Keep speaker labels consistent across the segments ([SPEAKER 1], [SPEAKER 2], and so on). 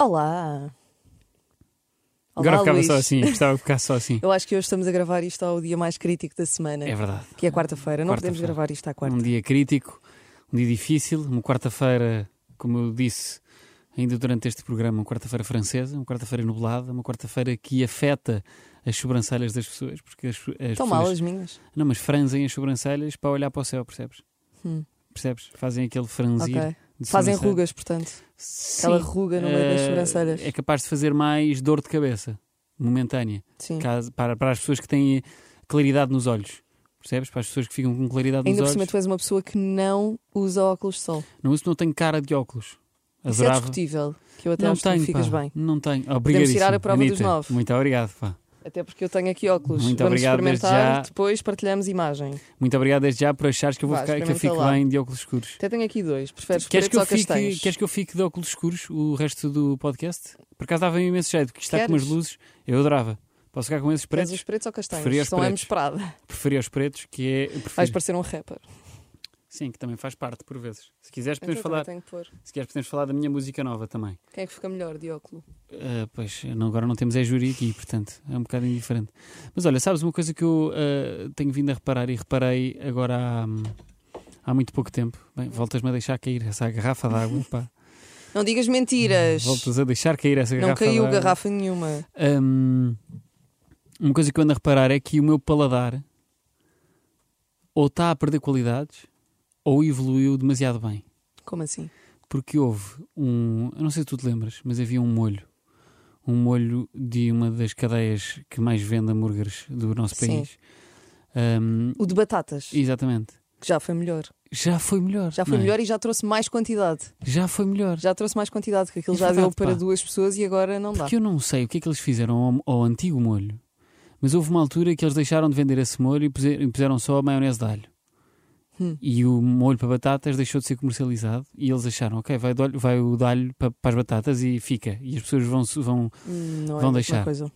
[SPEAKER 1] Olá!
[SPEAKER 2] Agora ficava
[SPEAKER 1] Luís.
[SPEAKER 2] só assim, gostava que ficasse só assim.
[SPEAKER 1] Eu acho que hoje estamos a gravar isto ao dia mais crítico da semana,
[SPEAKER 2] É verdade.
[SPEAKER 1] que é quarta-feira. Não podemos
[SPEAKER 2] Quarta-feira.
[SPEAKER 1] gravar isto à quarta.
[SPEAKER 2] Um dia crítico, um dia difícil, uma quarta-feira, como eu disse ainda durante este programa, uma quarta-feira francesa, uma quarta-feira nublada, uma quarta-feira que afeta as sobrancelhas das pessoas, porque as, as
[SPEAKER 1] Estão
[SPEAKER 2] pessoas
[SPEAKER 1] mal as minhas.
[SPEAKER 2] não, mas franzem as sobrancelhas para olhar para o céu, percebes?
[SPEAKER 1] Hum.
[SPEAKER 2] Percebes? Fazem aquele franzir.
[SPEAKER 1] Ok.
[SPEAKER 2] de
[SPEAKER 1] Fazem
[SPEAKER 2] sobrancelha.
[SPEAKER 1] rugas, portanto.
[SPEAKER 2] é. Sim.
[SPEAKER 1] Aquela ruga no meio das
[SPEAKER 2] Eh,
[SPEAKER 1] sobrancelhas.
[SPEAKER 2] É capaz de fazer mais dor de cabeça momentânea.
[SPEAKER 1] Sim.
[SPEAKER 2] Caso- para, para as pessoas que têm eh, claridade nos olhos. Percebes? Para as pessoas que ficam com claridade
[SPEAKER 1] Ainda por
[SPEAKER 2] nos
[SPEAKER 1] cima,
[SPEAKER 2] olhos.
[SPEAKER 1] tu és uma pessoa que não usa óculos de sol.
[SPEAKER 2] Não, isso não tem cara de óculos.
[SPEAKER 1] Isso é
[SPEAKER 2] Adorava.
[SPEAKER 1] discutível. Que eu até
[SPEAKER 2] não
[SPEAKER 1] acho que
[SPEAKER 2] tenho,
[SPEAKER 1] tu ficas
[SPEAKER 2] pá.
[SPEAKER 1] bem.
[SPEAKER 2] Não tenho.
[SPEAKER 1] Podemos
[SPEAKER 2] Obrigadíssimo.
[SPEAKER 1] tirar a prova dos
[SPEAKER 2] Anita.
[SPEAKER 1] nove.
[SPEAKER 2] Muito obrigado, pá.
[SPEAKER 1] Até porque eu tenho aqui óculos.
[SPEAKER 2] Muito
[SPEAKER 1] Vamos
[SPEAKER 2] obrigado, desde
[SPEAKER 1] experimentar,
[SPEAKER 2] já.
[SPEAKER 1] depois partilhamos imagem.
[SPEAKER 2] Muito obrigado desde já por achares que eu vou
[SPEAKER 1] Vá,
[SPEAKER 2] ficar, que eu
[SPEAKER 1] experimenta lá.
[SPEAKER 2] fico bem de óculos escuros.
[SPEAKER 1] Até tenho aqui dois. Preferes
[SPEAKER 2] Queres
[SPEAKER 1] pretos
[SPEAKER 2] que, eu
[SPEAKER 1] ou
[SPEAKER 2] fique,
[SPEAKER 1] castanhos?
[SPEAKER 2] queres que eu fique de óculos escuros o resto do podcast? Por acaso dava imenso jeito, porque está com
[SPEAKER 1] Queres?
[SPEAKER 2] umas luzes. Eu adorava. Posso ficar com esses
[SPEAKER 1] Queres
[SPEAKER 2] pretos?
[SPEAKER 1] os pretos ou
[SPEAKER 2] Preferia
[SPEAKER 1] castanhos?
[SPEAKER 2] os
[SPEAKER 1] São
[SPEAKER 2] pretos.
[SPEAKER 1] ambos prada.
[SPEAKER 2] Preferia os pretos, que é. eu prefiro-
[SPEAKER 1] Vais parecer um rapper.
[SPEAKER 2] Sim, que também faz parte, por vezes. Se quiseres, podemos
[SPEAKER 1] Então,
[SPEAKER 2] falar.
[SPEAKER 1] também tenho que pôr.
[SPEAKER 2] Se quiseres, podemos falar da minha música nova também.
[SPEAKER 1] Quem é que fica melhor de óculo?
[SPEAKER 2] Ah, pois, não- agora não temos é júri aqui, portanto, é um bocado indiferente. Mas olha, sabes uma coisa que eu ah, tenho vindo a reparar e reparei agora há, hum, há muito pouco tempo. Bem, voltas-me a deixar cair essa garrafa d'água, pá.
[SPEAKER 1] Não digas mentiras.
[SPEAKER 2] Voltas a deixar cair essa
[SPEAKER 1] Não
[SPEAKER 2] garrafa
[SPEAKER 1] caiu
[SPEAKER 2] d'água.
[SPEAKER 1] garrafa nenhuma.
[SPEAKER 2] Hum, uma coisa que eu ando a reparar é que o meu paladar ou está a perder qualidades ou evoluiu demasiado bem.
[SPEAKER 1] Como assim?
[SPEAKER 2] Porque houve um. Eu não sei se tu te lembras, mas havia um molho. Um molho de uma das cadeias que mais vende hambúrgueres do nosso
[SPEAKER 1] Sim.
[SPEAKER 2] país. Ahm,
[SPEAKER 1] O de batatas,
[SPEAKER 2] exatamente.
[SPEAKER 1] que já foi melhor.
[SPEAKER 2] Já foi melhor.
[SPEAKER 1] Já foi
[SPEAKER 2] não é?
[SPEAKER 1] melhor e já trouxe mais quantidade.
[SPEAKER 2] Já foi melhor.
[SPEAKER 1] Já trouxe mais quantidade, que aquilo
[SPEAKER 2] É
[SPEAKER 1] já deu
[SPEAKER 2] verdade,
[SPEAKER 1] para
[SPEAKER 2] pá.
[SPEAKER 1] duas pessoas e agora não dá.
[SPEAKER 2] Porque eu não sei o que é que eles fizeram ao, ao antigo molho. Mas houve uma altura que eles deixaram de vender esse molho e puse- e puseram só a maionese de alho.
[SPEAKER 1] Hum.
[SPEAKER 2] E o molho para batatas deixou de ser comercializado e eles acharam, ok, vai, do alho- vai o de alho para, para as batatas e fica. E as pessoas vão, vão
[SPEAKER 1] Hum, não é
[SPEAKER 2] Vão
[SPEAKER 1] a mesma
[SPEAKER 2] deixar.
[SPEAKER 1] coisa.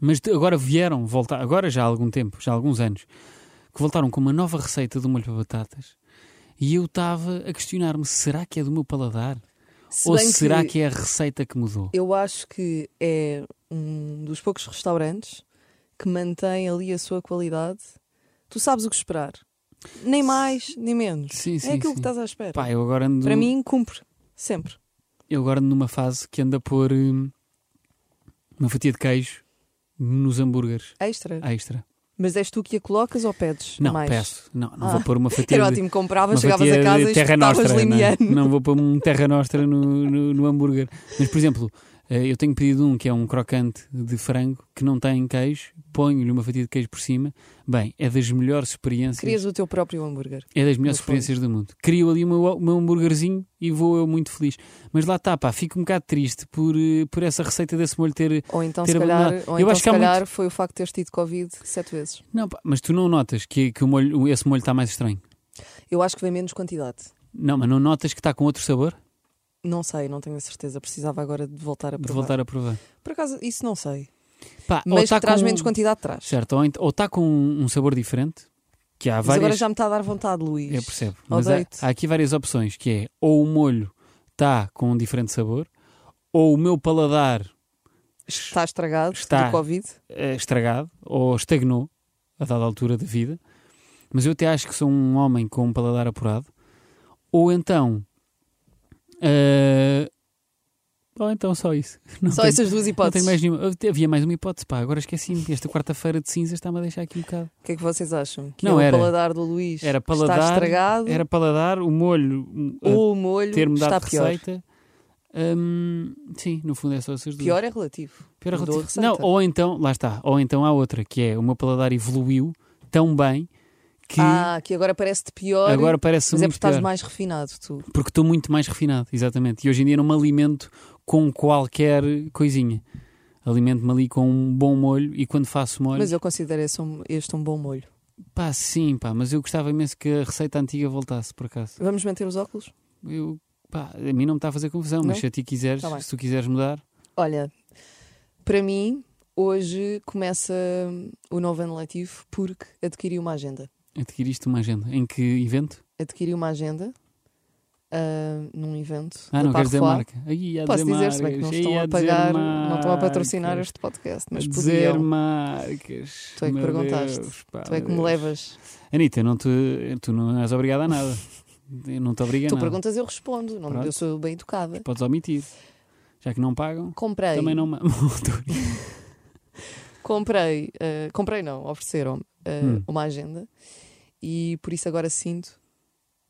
[SPEAKER 2] Mas de- agora vieram, voltar, agora já há algum tempo, já há alguns anos, que voltaram com uma nova receita do molho para batatas. E eu estava a questionar-me: será que é do meu paladar?
[SPEAKER 1] Se
[SPEAKER 2] ou
[SPEAKER 1] bem
[SPEAKER 2] será que... é a receita que mudou?
[SPEAKER 1] Eu acho que é um dos poucos restaurantes que mantém ali a sua qualidade. Tu sabes o que esperar. Nem mais, nem menos.
[SPEAKER 2] Sim, sim.
[SPEAKER 1] é aquilo
[SPEAKER 2] sim.
[SPEAKER 1] que estás à espera.
[SPEAKER 2] Pá, eu agora, ando,
[SPEAKER 1] Para mim, cumpre. Sempre.
[SPEAKER 2] eu agora ando numa fase que anda a pôr hum, uma fatia de queijo nos hambúrgueres
[SPEAKER 1] Extra.
[SPEAKER 2] extra.
[SPEAKER 1] Mas és tu que a colocas ou pedes?
[SPEAKER 2] Não,
[SPEAKER 1] mais?
[SPEAKER 2] peço. Não, não
[SPEAKER 1] Ah.
[SPEAKER 2] vou pôr uma fatia
[SPEAKER 1] Era
[SPEAKER 2] de,
[SPEAKER 1] ótimo, compravas,
[SPEAKER 2] Uma
[SPEAKER 1] chegavas
[SPEAKER 2] fatia
[SPEAKER 1] a casa e
[SPEAKER 2] de terra
[SPEAKER 1] estavas
[SPEAKER 2] nostra, não, é?
[SPEAKER 1] limiano.
[SPEAKER 2] não vou pôr um terra nostra no, no, no hambúrguer. Mas, por exemplo, eh, eu tenho pedido um que é um crocante de frango que não tem queijo, ponho-lhe uma fatia de queijo por cima. Bem, é das melhores experiências.
[SPEAKER 1] Querias o teu próprio hambúrguer.
[SPEAKER 2] É das melhores
[SPEAKER 1] No fundo.
[SPEAKER 2] experiências do mundo. Crio ali o meu, o meu hambúrguerzinho e vou eu muito feliz. Mas lá está, pá, fico um bocado triste por, eh, por essa receita desse molho ter.
[SPEAKER 1] Ou então,
[SPEAKER 2] Ter
[SPEAKER 1] se calhar,
[SPEAKER 2] abandonado.
[SPEAKER 1] ou
[SPEAKER 2] Eu
[SPEAKER 1] então,
[SPEAKER 2] acho
[SPEAKER 1] se
[SPEAKER 2] que há muito-
[SPEAKER 1] calhar foi o facto de teres tido Covid sete vezes.
[SPEAKER 2] Não, pá, mas tu não notas que, que o molho, esse molho está mais estranho.
[SPEAKER 1] Eu acho que vem menos quantidade.
[SPEAKER 2] Não, mas não notas que está com outro sabor?
[SPEAKER 1] Não sei, não tenho a certeza. Precisava agora de voltar a
[SPEAKER 2] De
[SPEAKER 1] provar.
[SPEAKER 2] voltar a provar.
[SPEAKER 1] Por acaso, isso não sei.
[SPEAKER 2] Pá, ou
[SPEAKER 1] Mas
[SPEAKER 2] está
[SPEAKER 1] que traz
[SPEAKER 2] com- um
[SPEAKER 1] menos quantidade, traz.
[SPEAKER 2] Certo, ou ent- ou está com um um sabor diferente, que há
[SPEAKER 1] Mas
[SPEAKER 2] várias.
[SPEAKER 1] agora já me está a dar vontade, Luís.
[SPEAKER 2] Eu percebo.
[SPEAKER 1] Ou
[SPEAKER 2] Mas há,
[SPEAKER 1] deito.
[SPEAKER 2] há aqui várias opções, que é ou o molho está com um diferente sabor, ou o meu paladar
[SPEAKER 1] Está estragado
[SPEAKER 2] Está.
[SPEAKER 1] do Covid.
[SPEAKER 2] é estragado, ou estagnou a dada altura da vida. Mas eu até acho que sou um homem com um paladar apurado. Ou então. eh, Ou então só isso. Não
[SPEAKER 1] Só
[SPEAKER 2] tenho-
[SPEAKER 1] essas duas
[SPEAKER 2] Não tenho
[SPEAKER 1] hipóteses.
[SPEAKER 2] mais nenhuma. Havia mais uma hipótese, pá. Agora esqueci-me. Esta quarta-feira de cinzas está-me a deixar aqui um bocado.
[SPEAKER 1] O que é que vocês acham? Que
[SPEAKER 2] Não,
[SPEAKER 1] é
[SPEAKER 2] era-
[SPEAKER 1] o paladar do Luís
[SPEAKER 2] era paladar,
[SPEAKER 1] está estragado
[SPEAKER 2] Era paladar, o molho, eh,
[SPEAKER 1] ou o molho
[SPEAKER 2] ter-me
[SPEAKER 1] está
[SPEAKER 2] dado
[SPEAKER 1] pior?
[SPEAKER 2] receita. Hum, sim, no fundo é só essas duas.
[SPEAKER 1] Pior é relativo.
[SPEAKER 2] Pior
[SPEAKER 1] mudou
[SPEAKER 2] relativo.
[SPEAKER 1] a receita.
[SPEAKER 2] Não, ou então, lá está, ou então há outra, que é o meu paladar evoluiu tão bem que
[SPEAKER 1] Ah, que agora parece-te pior.
[SPEAKER 2] agora parece
[SPEAKER 1] Mas é
[SPEAKER 2] muito
[SPEAKER 1] porque estás
[SPEAKER 2] pior.
[SPEAKER 1] mais refinado, tu.
[SPEAKER 2] Porque estou muito mais refinado, exatamente. E hoje em dia não me alimento com qualquer coisinha. Alimento-me ali com um bom molho e quando faço molho.
[SPEAKER 1] Mas eu considero esse um- este um bom molho.
[SPEAKER 2] Pá, sim, pá, mas eu gostava imenso que a receita antiga voltasse, por acaso.
[SPEAKER 1] Vamos manter os óculos?
[SPEAKER 2] Eu, pá, a mim não me está a fazer confusão,
[SPEAKER 1] Não?
[SPEAKER 2] mas se a ti quiseres,
[SPEAKER 1] Tá bem.
[SPEAKER 2] se tu quiseres mudar,
[SPEAKER 1] Olha, para mim, hoje começa hum, o novo ano letivo porque adquiri uma agenda.
[SPEAKER 2] adquiriste uma agenda. Em que evento?
[SPEAKER 1] Adquiri uma agenda ah, num evento.
[SPEAKER 2] Ah,
[SPEAKER 1] da
[SPEAKER 2] não queres dizer
[SPEAKER 1] Parfois.
[SPEAKER 2] marca? Ai, a
[SPEAKER 1] Posso dizer,
[SPEAKER 2] marcas.
[SPEAKER 1] se bem que não
[SPEAKER 2] Ai,
[SPEAKER 1] estão a
[SPEAKER 2] dizer
[SPEAKER 1] pagar, não estão a patrocinar
[SPEAKER 2] marcas.
[SPEAKER 1] este podcast, mas
[SPEAKER 2] A dizer
[SPEAKER 1] podiam.
[SPEAKER 2] marcas.
[SPEAKER 1] Tu é que
[SPEAKER 2] Meu
[SPEAKER 1] perguntaste.
[SPEAKER 2] Deus, pá,
[SPEAKER 1] Tu é que me
[SPEAKER 2] meu Deus.
[SPEAKER 1] levas.
[SPEAKER 2] Anitta, eu não te, tu não és obrigada a nada. Eu não te obrigo a
[SPEAKER 1] Tu
[SPEAKER 2] nada.
[SPEAKER 1] perguntas, eu respondo. Não,
[SPEAKER 2] Pronto.
[SPEAKER 1] eu sou bem educada.
[SPEAKER 2] Podes omitir. Já que não pagam,
[SPEAKER 1] Comprei.
[SPEAKER 2] também não mamam. Estou a brincar.
[SPEAKER 1] Comprei, eh, comprei não, ofereceram-me eh,
[SPEAKER 2] Hum.
[SPEAKER 1] uma agenda e por isso agora sinto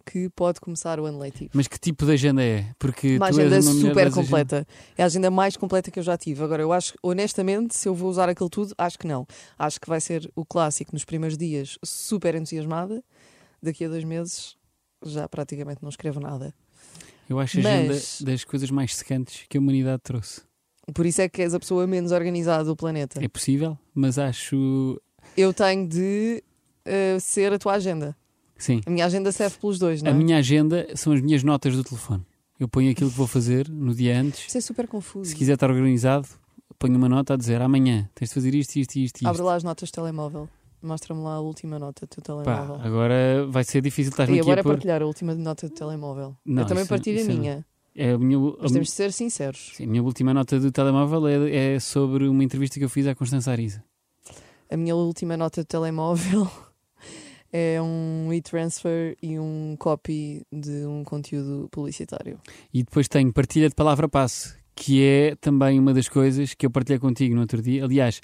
[SPEAKER 1] que pode começar o ano letivo.
[SPEAKER 2] Mas que tipo de agenda é? Porque
[SPEAKER 1] Uma
[SPEAKER 2] tu és
[SPEAKER 1] agenda
[SPEAKER 2] uma mulher
[SPEAKER 1] super
[SPEAKER 2] das agendas-
[SPEAKER 1] completa. É a agenda mais completa que eu já tive. Agora, eu acho, honestamente, se eu vou usar aquilo tudo, acho que não. Acho que vai ser o clássico nos primeiros dias, super entusiasmada. Daqui a dois meses já praticamente não escrevo nada.
[SPEAKER 2] Eu acho a agenda
[SPEAKER 1] Mas-
[SPEAKER 2] das coisas mais secantes que a humanidade trouxe.
[SPEAKER 1] Por isso é que és a pessoa menos organizada do planeta.
[SPEAKER 2] É possível, mas acho.
[SPEAKER 1] Eu tenho de eh, ser a tua agenda.
[SPEAKER 2] Sim.
[SPEAKER 1] A minha agenda serve pelos dois, não
[SPEAKER 2] A
[SPEAKER 1] é?
[SPEAKER 2] minha agenda são as minhas notas do telefone. Eu ponho aquilo que vou fazer no dia antes.
[SPEAKER 1] Isso é super confuso.
[SPEAKER 2] Se quiser estar organizado, ponho uma nota a dizer "Ah, amanhã tens de fazer isto, isto, isto e
[SPEAKER 1] Abre
[SPEAKER 2] isto.
[SPEAKER 1] lá as notas do telemóvel. Mostra-me lá a última nota do teu
[SPEAKER 2] Pá,
[SPEAKER 1] telemóvel.
[SPEAKER 2] agora vai ser difícil, estás-me
[SPEAKER 1] e
[SPEAKER 2] aqui
[SPEAKER 1] agora
[SPEAKER 2] a
[SPEAKER 1] é
[SPEAKER 2] pôr.
[SPEAKER 1] partilhar a última nota do telemóvel.
[SPEAKER 2] Não,
[SPEAKER 1] eu também
[SPEAKER 2] isso-
[SPEAKER 1] partilho
[SPEAKER 2] isso
[SPEAKER 1] a
[SPEAKER 2] não.
[SPEAKER 1] minha.
[SPEAKER 2] É a minha, a
[SPEAKER 1] Mas
[SPEAKER 2] minha-
[SPEAKER 1] temos de ser sinceros.
[SPEAKER 2] sim, a minha última nota do telemóvel é, é sobre uma entrevista que eu fiz à Constança Arisa.
[SPEAKER 1] A minha última nota do telemóvel é um e-transfer e um copy de um conteúdo publicitário.
[SPEAKER 2] E depois tenho partilha de palavra passe, que é também uma das coisas que eu partilhei contigo no outro dia. Aliás,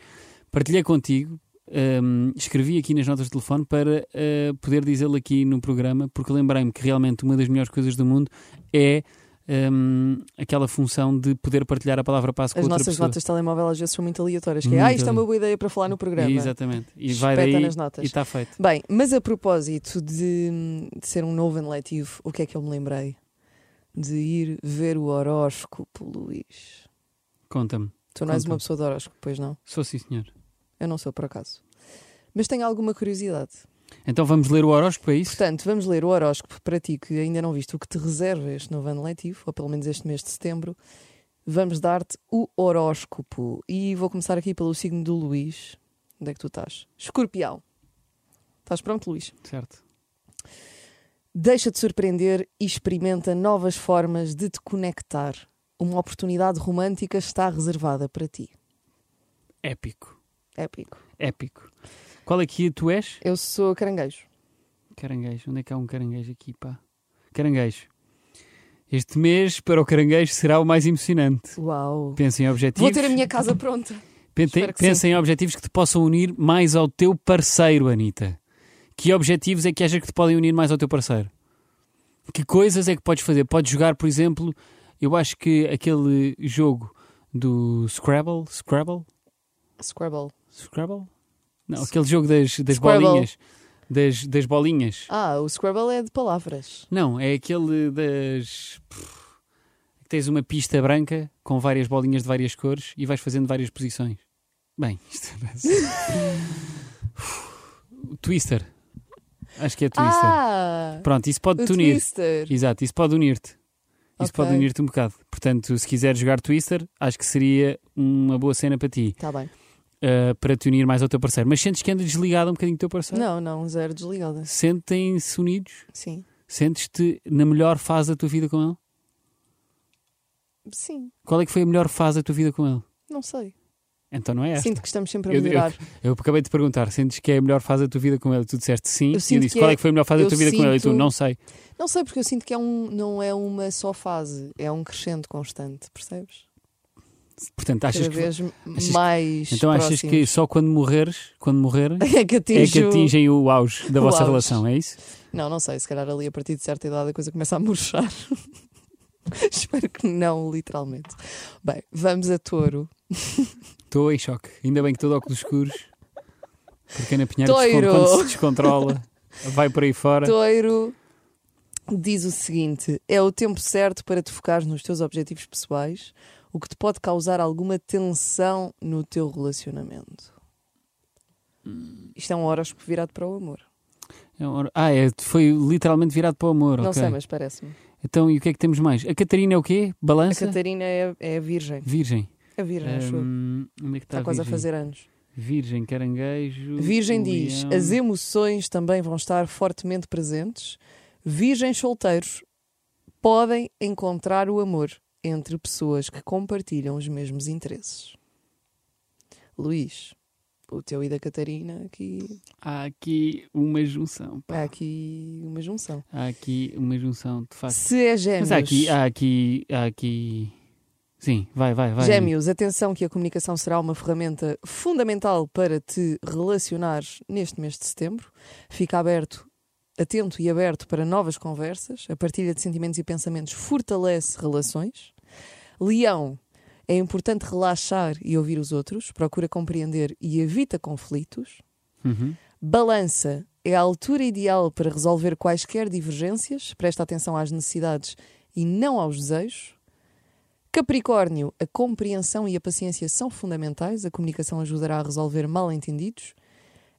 [SPEAKER 2] partilhei contigo, hum, escrevi aqui nas notas de telefone para eh, poder dizê-lo aqui no programa, porque lembrei-me que realmente uma das melhores coisas do mundo é hum, aquela função de poder partilhar a palavra passe com
[SPEAKER 1] As
[SPEAKER 2] outra
[SPEAKER 1] nossas
[SPEAKER 2] pessoa.
[SPEAKER 1] notas de telemóvel às vezes são muito aleatórias. Que é,
[SPEAKER 2] Muito
[SPEAKER 1] ah, isto é uma boa ideia para falar no programa.
[SPEAKER 2] Exatamente. E vai
[SPEAKER 1] Espeta
[SPEAKER 2] daí
[SPEAKER 1] nas
[SPEAKER 2] e
[SPEAKER 1] notas.
[SPEAKER 2] está feito.
[SPEAKER 1] Bem, mas a propósito de, de ser um novo ano letivo, o que é que eu me lembrei? De ir ver o horóscopo, Luís.
[SPEAKER 2] Conta-me.
[SPEAKER 1] Tu não és
[SPEAKER 2] Conta.
[SPEAKER 1] uma pessoa de horóscopo, pois não?
[SPEAKER 2] Sou sim, senhor.
[SPEAKER 1] Eu não sou, por acaso. Mas tenho alguma curiosidade.
[SPEAKER 2] Então vamos ler o horóscopo, é isso?
[SPEAKER 1] Portanto, vamos ler o horóscopo para ti que ainda não viste o que te reserva este novo ano letivo, ou pelo menos este mês de setembro. Vamos dar-te o horóscopo. E vou começar aqui pelo signo do Luís. Onde é que tu estás? Escorpião. Estás pronto, Luís?
[SPEAKER 2] Certo.
[SPEAKER 1] Deixa-te surpreender e experimenta novas formas de te conectar. Uma oportunidade romântica está reservada para ti.
[SPEAKER 2] Épico.
[SPEAKER 1] Épico.
[SPEAKER 2] Épico. Qual é que tu és?
[SPEAKER 1] Eu sou caranguejo.
[SPEAKER 2] Caranguejo, onde é que há um caranguejo aqui, pá? Caranguejo. Este mês para o caranguejo será o mais emocionante.
[SPEAKER 1] Uau!
[SPEAKER 2] Pensem em objetivos.
[SPEAKER 1] Vou ter a minha casa pronta.
[SPEAKER 2] Pensem-
[SPEAKER 1] espero que
[SPEAKER 2] pensem em objetivos que te possam unir mais ao teu parceiro, Anitta. Que objetivos é que achas que te podem unir mais ao teu parceiro? Que coisas é que podes fazer? Podes jogar, por exemplo, eu acho que aquele jogo do Scrabble, Scrabble,
[SPEAKER 1] Scrabble.
[SPEAKER 2] Scrabble? Não, aquele jogo das, das
[SPEAKER 1] Scrabble.
[SPEAKER 2] bolinhas, das, das bolinhas.
[SPEAKER 1] Ah, o Scrabble é de palavras.
[SPEAKER 2] Não, é aquele das. Pff, que Tens uma pista branca com várias bolinhas de várias cores e vais fazendo várias posições. Bem, isto é parece. O Twister. Acho que é Twister.
[SPEAKER 1] Ah!
[SPEAKER 2] Pronto, isso
[SPEAKER 1] O
[SPEAKER 2] pode-te unir.
[SPEAKER 1] Twister.
[SPEAKER 2] Exato, isso pode unir-te. Isso
[SPEAKER 1] Ok.
[SPEAKER 2] pode unir-te um bocado. Portanto, se quiseres jogar Twister, acho que seria uma boa cena para ti.
[SPEAKER 1] Está Tá bem.
[SPEAKER 2] ah, para te unir mais ao teu parceiro. Mas sentes que anda desligado um bocadinho do teu parceiro?
[SPEAKER 1] Não, não, zero desligada.
[SPEAKER 2] Sentem-se unidos?
[SPEAKER 1] Sim.
[SPEAKER 2] Sentes-te na melhor fase da tua vida com ele?
[SPEAKER 1] Sim,
[SPEAKER 2] Qual é que foi a melhor fase da tua vida com ele?
[SPEAKER 1] não sei.
[SPEAKER 2] Então não é esta.
[SPEAKER 1] Sinto que estamos sempre a
[SPEAKER 2] Eu- eu-
[SPEAKER 1] melhorar.
[SPEAKER 2] Eu acabei de te perguntar, sentes que é a melhor fase da tua vida com ele? Tu disseste sim,
[SPEAKER 1] Eu
[SPEAKER 2] e eu
[SPEAKER 1] sinto
[SPEAKER 2] disse
[SPEAKER 1] que
[SPEAKER 2] qual
[SPEAKER 1] é-
[SPEAKER 2] é que foi a melhor fase da
[SPEAKER 1] eu
[SPEAKER 2] tua vida com ele? E tu
[SPEAKER 1] sinto-
[SPEAKER 2] não sei.
[SPEAKER 1] Não sei, porque eu sinto que é um, não é uma só fase, é um crescendo constante, percebes?
[SPEAKER 2] Portanto, achas
[SPEAKER 1] Cada
[SPEAKER 2] que.
[SPEAKER 1] vez
[SPEAKER 2] que-
[SPEAKER 1] mais.
[SPEAKER 2] Então achas que só quando morreres, quando morrerem,
[SPEAKER 1] próximos. é que
[SPEAKER 2] é
[SPEAKER 1] atinge.
[SPEAKER 2] que
[SPEAKER 1] o-
[SPEAKER 2] atingem o auge da
[SPEAKER 1] O
[SPEAKER 2] vossa
[SPEAKER 1] auge.
[SPEAKER 2] relação, é isso?
[SPEAKER 1] Não, não sei, se calhar ali a partir de certa idade a coisa começa a murchar. Espero que não, literalmente. Bem, vamos a touro.
[SPEAKER 2] Estou em choque. Ainda bem que estou de óculos escuros. Porque a Ana Pinheiro,
[SPEAKER 1] Toiro.
[SPEAKER 2] quando se descontrola, vai por aí fora.
[SPEAKER 1] Toiro diz o seguinte: é o tempo certo para te focares nos teus objetivos pessoais, o que te pode causar alguma tensão no teu relacionamento.
[SPEAKER 2] Hum.
[SPEAKER 1] Isto é um horóscopo virado para o amor.
[SPEAKER 2] É um hor- Ah, é, foi literalmente virado para o amor.
[SPEAKER 1] Não
[SPEAKER 2] ok.
[SPEAKER 1] sei, mas parece-me.
[SPEAKER 2] Então, e o que é que temos mais? A Catarina é o quê?
[SPEAKER 1] A
[SPEAKER 2] Balança?
[SPEAKER 1] Catarina é, é a virgem.
[SPEAKER 2] Virgem.
[SPEAKER 1] É virgem, acho eu.
[SPEAKER 2] Hum, onde é que está
[SPEAKER 1] Está quase a
[SPEAKER 2] virgem?
[SPEAKER 1] fazer anos.
[SPEAKER 2] Virgem, caranguejo. um
[SPEAKER 1] Virgem diz:
[SPEAKER 2] leão.
[SPEAKER 1] as emoções também vão estar fortemente presentes. Virgens solteiros podem encontrar o amor entre pessoas que compartilham os mesmos interesses. Luís, o teu e da Catarina, aqui
[SPEAKER 2] Há aqui uma junção. pá.
[SPEAKER 1] há aqui uma junção.
[SPEAKER 2] Há aqui uma junção, de facto.
[SPEAKER 1] Se é gêmeos,
[SPEAKER 2] Mas há aqui, há aqui, há aqui. Sim, vai, vai, vai.
[SPEAKER 1] gêmeos, atenção que a comunicação será uma ferramenta fundamental para te relacionares neste mês de setembro. Fica aberto, atento e aberto para novas conversas. A partilha de sentimentos e pensamentos fortalece relações. Leão, é importante relaxar e ouvir os outros. Procura compreender e evita conflitos.
[SPEAKER 2] Uhum.
[SPEAKER 1] Balança é a altura ideal para resolver quaisquer divergências. Presta atenção às necessidades e não aos desejos. Capricórnio, a compreensão e a paciência são fundamentais. A comunicação ajudará a resolver mal-entendidos.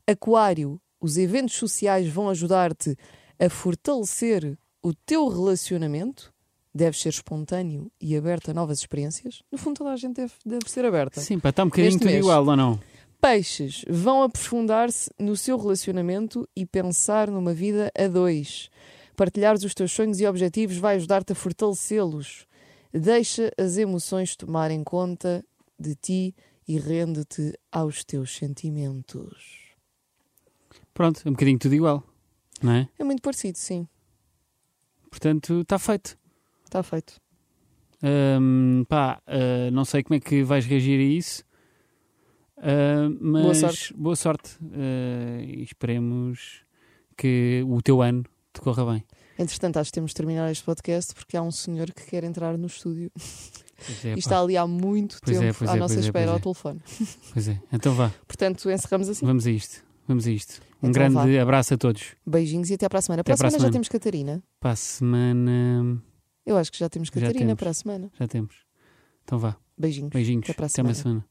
[SPEAKER 1] Aquário, os eventos sociais vão ajudar-te a fortalecer o teu relacionamento. Deves ser espontâneo e aberto a novas experiências. No fundo, toda a gente deve, deve ser aberta.
[SPEAKER 2] Sim, pá, está um bocadinho
[SPEAKER 1] Este
[SPEAKER 2] tudo
[SPEAKER 1] mês.
[SPEAKER 2] igual, ou não?
[SPEAKER 1] Peixes vão aprofundar-se no seu relacionamento e pensar numa vida a dois. Partilhares os teus sonhos e objetivos vai ajudar-te a fortalecê-los. Deixa as emoções tomarem conta de ti e rende-te aos teus sentimentos.
[SPEAKER 2] Pronto, é um bocadinho tudo igual, não é?
[SPEAKER 1] É muito parecido, sim.
[SPEAKER 2] Portanto, está feito.
[SPEAKER 1] Está feito.
[SPEAKER 2] Hum, pá, ah, não sei como é que vais reagir a isso, Ah, mas
[SPEAKER 1] Boa sorte.
[SPEAKER 2] boa sorte. Ah, e esperemos que o teu ano te corra bem.
[SPEAKER 1] Entretanto, acho que temos de terminar este podcast porque há um senhor que quer entrar no estúdio
[SPEAKER 2] Pois é,
[SPEAKER 1] e
[SPEAKER 2] pá.
[SPEAKER 1] está ali há muito
[SPEAKER 2] Pois é,
[SPEAKER 1] tempo
[SPEAKER 2] pois
[SPEAKER 1] à
[SPEAKER 2] é,
[SPEAKER 1] nossa
[SPEAKER 2] pois é,
[SPEAKER 1] espera
[SPEAKER 2] pois
[SPEAKER 1] ao
[SPEAKER 2] é.
[SPEAKER 1] telefone.
[SPEAKER 2] Pois é. Então vá,
[SPEAKER 1] Portanto, encerramos assim.
[SPEAKER 2] vamos a isto. Vamos a isto. Um
[SPEAKER 1] Então
[SPEAKER 2] grande
[SPEAKER 1] vá.
[SPEAKER 2] abraço a todos.
[SPEAKER 1] Beijinhos e até para a semana.
[SPEAKER 2] Até
[SPEAKER 1] Para,
[SPEAKER 2] para a
[SPEAKER 1] a semana já
[SPEAKER 2] semana.
[SPEAKER 1] temos Catarina.
[SPEAKER 2] Para a semana
[SPEAKER 1] Eu acho que já temos
[SPEAKER 2] Já
[SPEAKER 1] Catarina
[SPEAKER 2] temos.
[SPEAKER 1] para a semana.
[SPEAKER 2] já temos. Então vá,
[SPEAKER 1] Beijinhos.
[SPEAKER 2] beijinhos.
[SPEAKER 1] Até para a
[SPEAKER 2] Até uma
[SPEAKER 1] semana.
[SPEAKER 2] semana.